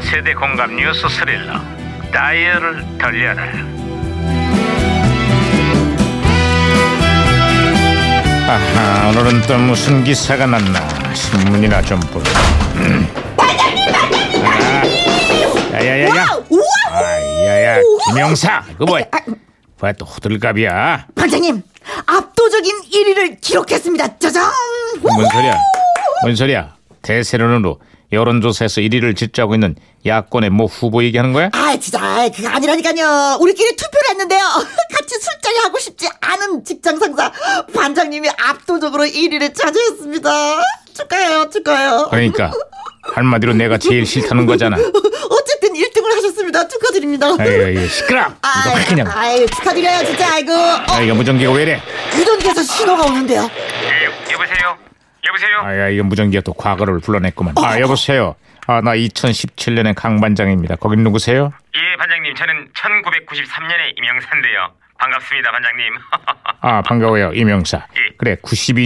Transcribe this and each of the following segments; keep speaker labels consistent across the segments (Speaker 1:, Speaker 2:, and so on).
Speaker 1: 세대 공감 뉴스 스릴러 다이얼을 돌려라 아하 오늘은 또 무슨 기사가 났나 신문이나 좀 볼까 음. 아, 야야야야
Speaker 2: 와우! 우와!
Speaker 1: 아야야 김영사 그거 뭐야
Speaker 2: 아,
Speaker 1: 뭐야 또 호들갑이야
Speaker 2: 반장님 압도적인 1위를 기록했습니다. 짜잔!
Speaker 1: 뭔 소리야? 뭔 소리야? 대세론으로 여론조사에서 1위를 질주하고 있는 야권의 모 후보 얘기하는 거야?
Speaker 2: 아 진짜 아이, 그거 아니라니까요. 우리끼리 투표를 했는데요. 같이 술자리 하고 싶지 않은 직장 상사 반장님이 압도적으로 1위를 차지했습니다. 축하해요, 축하해요.
Speaker 1: 그러니까 한마디로 내가 제일 싫다는 거잖아.
Speaker 2: 어쨌든 1등을 하셨습니다. 축하드립니다.
Speaker 1: 아유, 아유 시끄러. 이거 확 그냥.
Speaker 2: 아유 축하드려요, 진짜 아이고. 어,
Speaker 1: 아 이거 무전기가 왜 이래?
Speaker 2: 무전기에서 신호가 오는데요.
Speaker 3: 예, 여보세요? 여보세요?
Speaker 1: 아야 이거 무전기가 또 과거를 불러냈구만. 아 여보세요. 아 나 2017년의 강 반장입니다. 거긴 누구세요?
Speaker 3: 예, 반장님. 저는 1993년에 임영사인데요. 반갑습니다, 반장님.
Speaker 1: 아 반가워요 이명사.
Speaker 3: 예.
Speaker 1: 그래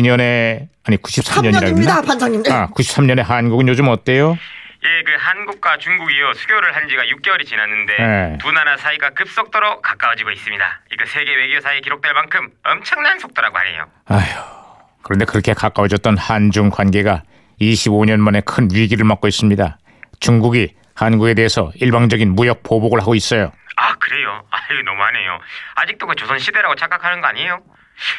Speaker 1: 92년에 아니 93년이라
Speaker 2: 반장입니다,
Speaker 1: 했나?
Speaker 2: 반장님.
Speaker 1: 아 93년에 한국은 요즘 어때요?
Speaker 3: 예, 그 한국과 중국이요. 수교를 한 지가 6개월이 지났는데
Speaker 1: 예.
Speaker 2: 네.
Speaker 3: 두 나라 사이가 급속도로 가까워지고 있습니다. 이거 세계 외교사에 기록될 만큼 엄청난 속도라고 하네요.
Speaker 1: 아휴. 그런데 그렇게 가까워졌던 한중 관계가 25년 만에 큰 위기를 맞고 있습니다. 중국이 한국에 대해서 일방적인 무역 보복을 하고 있어요.
Speaker 3: 아, 그래요? 아유, 너무하네요. 아직도 그 조선시대라고 착각하는 거 아니에요?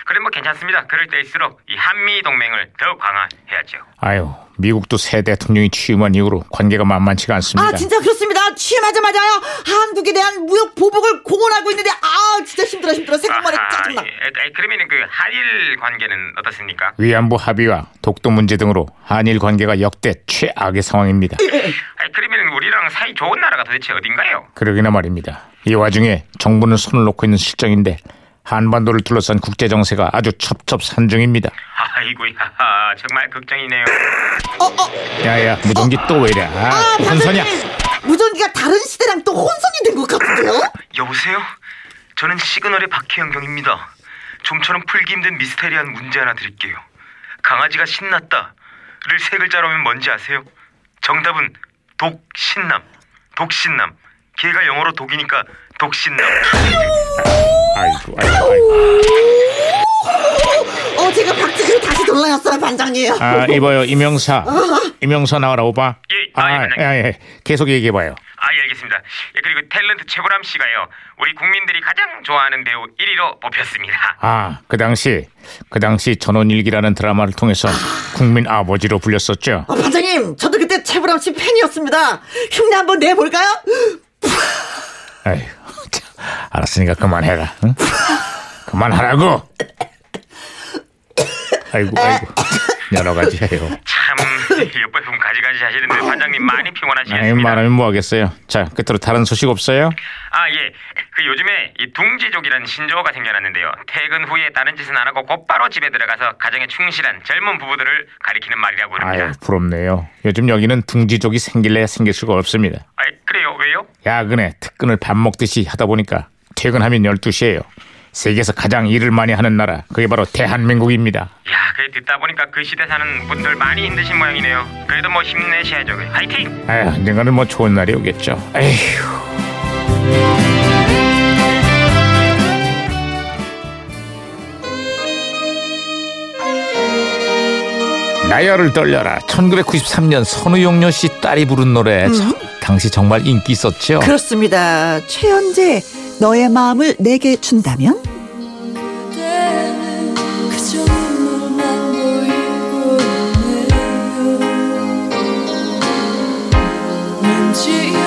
Speaker 3: 그래, 뭐 괜찮습니다. 그럴 때일수록 이 한미동맹을 더욱 강화해야죠.
Speaker 1: 아유, 미국도 새 대통령이 취임한 이후로 관계가 만만치가 않습니다.
Speaker 2: 아 진짜 그렇습니다. 취임하자마자 한국에 대한 무역 보복을 공언하고 있는데 아 진짜 힘들어 힘들어 생각만 해도 짜증나.
Speaker 3: 그러면 그 한일 관계는 어떻습니까?
Speaker 1: 위안부 합의와 독도 문제 등으로 한일 관계가 역대 최악의 상황입니다.
Speaker 3: 아니, 그러면 우리랑 사이 좋은 나라가 도대체 어딘가요?
Speaker 1: 그러기나 말입니다. 이 와중에 정부는 손을 놓고 있는 실정인데 한반도를 둘러싼 국제 정세가 아주 첩첩산중입니다.
Speaker 3: 아이고야 정말 걱정이네요.
Speaker 2: 어어
Speaker 1: 야야, 무전기 또 왜 이래? 아,
Speaker 2: 아
Speaker 1: 혼선이야.
Speaker 2: 반장님 무전기가 다른 시대랑 또 혼선이 된 것 같은데요?
Speaker 3: 여보세요? 저는 시그널의 박혜영경입니다. 좀처럼 풀기 힘든 미스테리한 문제 하나 드릴게요. 강아지가 신났다를 세 글자로 하면 뭔지 아세요? 정답은 독신남. 독신남. 걔가 영어로 독이니까 독신남.
Speaker 1: 아이고, 아이고, 아이고.
Speaker 2: 어 제가 박지금 다시 돌아왔어요 반장님.
Speaker 1: 아, 이봐요, 이명사.
Speaker 2: 어?
Speaker 1: 이명사 나와라, 오빠.
Speaker 3: 예, 아, 예,
Speaker 1: 아,
Speaker 3: 반장님.
Speaker 1: 예, 예. 계속 얘기해봐요.
Speaker 3: 아, 예, 알겠습니다. 예, 그리고 탤런트 최보람 씨가요. 우리 국민들이 가장 좋아하는 배우 1위로 뽑혔습니다.
Speaker 1: 아, 그 당시, 그 당시 전원일기라는 드라마를 통해서 국민 아버지로 불렸었죠.
Speaker 2: 어, 반장님 저도 그때 최불암 씨 팬이었습니다. 흉내 한번 내볼까요?
Speaker 1: 어. 아휴, 참, 알았으니까 그만해라. 응? 그만하라고! 아이고, 아이고. 여러 가지 해요.
Speaker 3: 참 옆에 보면 가지가지 하시는데 반장님 많이
Speaker 1: 아이,
Speaker 3: 피곤하시겠습니다.
Speaker 1: 말하면 뭐하겠어요. 자, 끝으로 다른 소식 없어요?
Speaker 3: 아 예, 그 요즘에 이 둥지족이라는 신조어가 생겨났는데요. 퇴근 후에 다른 짓은 안 하고 곧바로 집에 들어가서 가정에 충실한 젊은 부부들을 가리키는 말이라고
Speaker 1: 아유,
Speaker 3: 합니다.
Speaker 1: 부럽네요. 요즘 여기는 둥지족이 생길래 생길 수가 없습니다.
Speaker 3: 아 그래요? 왜요?
Speaker 1: 야근에 특근을 밥 먹듯이 하다 보니까 퇴근하면 12시예요. 세계에서 가장 일을 많이 하는 나라. 그게 바로 대한민국입니다.
Speaker 3: 야, 그 듣다 보니까 그 시대 사는 분들 많이 힘드신 모양이네요. 그래도 뭐 힘내셔야죠. 그 화이팅!
Speaker 1: 아휴, 언젠가는 뭐 좋은 날이 오겠죠. 에휴. 나열을 떨려라. 1993년 선우용료 씨 딸이 부른 노래. 참, 당시 정말 인기 있었죠.
Speaker 2: 그렇습니다. 최현재 너의 마음을 내게 준다면?
Speaker 4: 그대는 그저 눈물만 보이고 있네요 왠지 이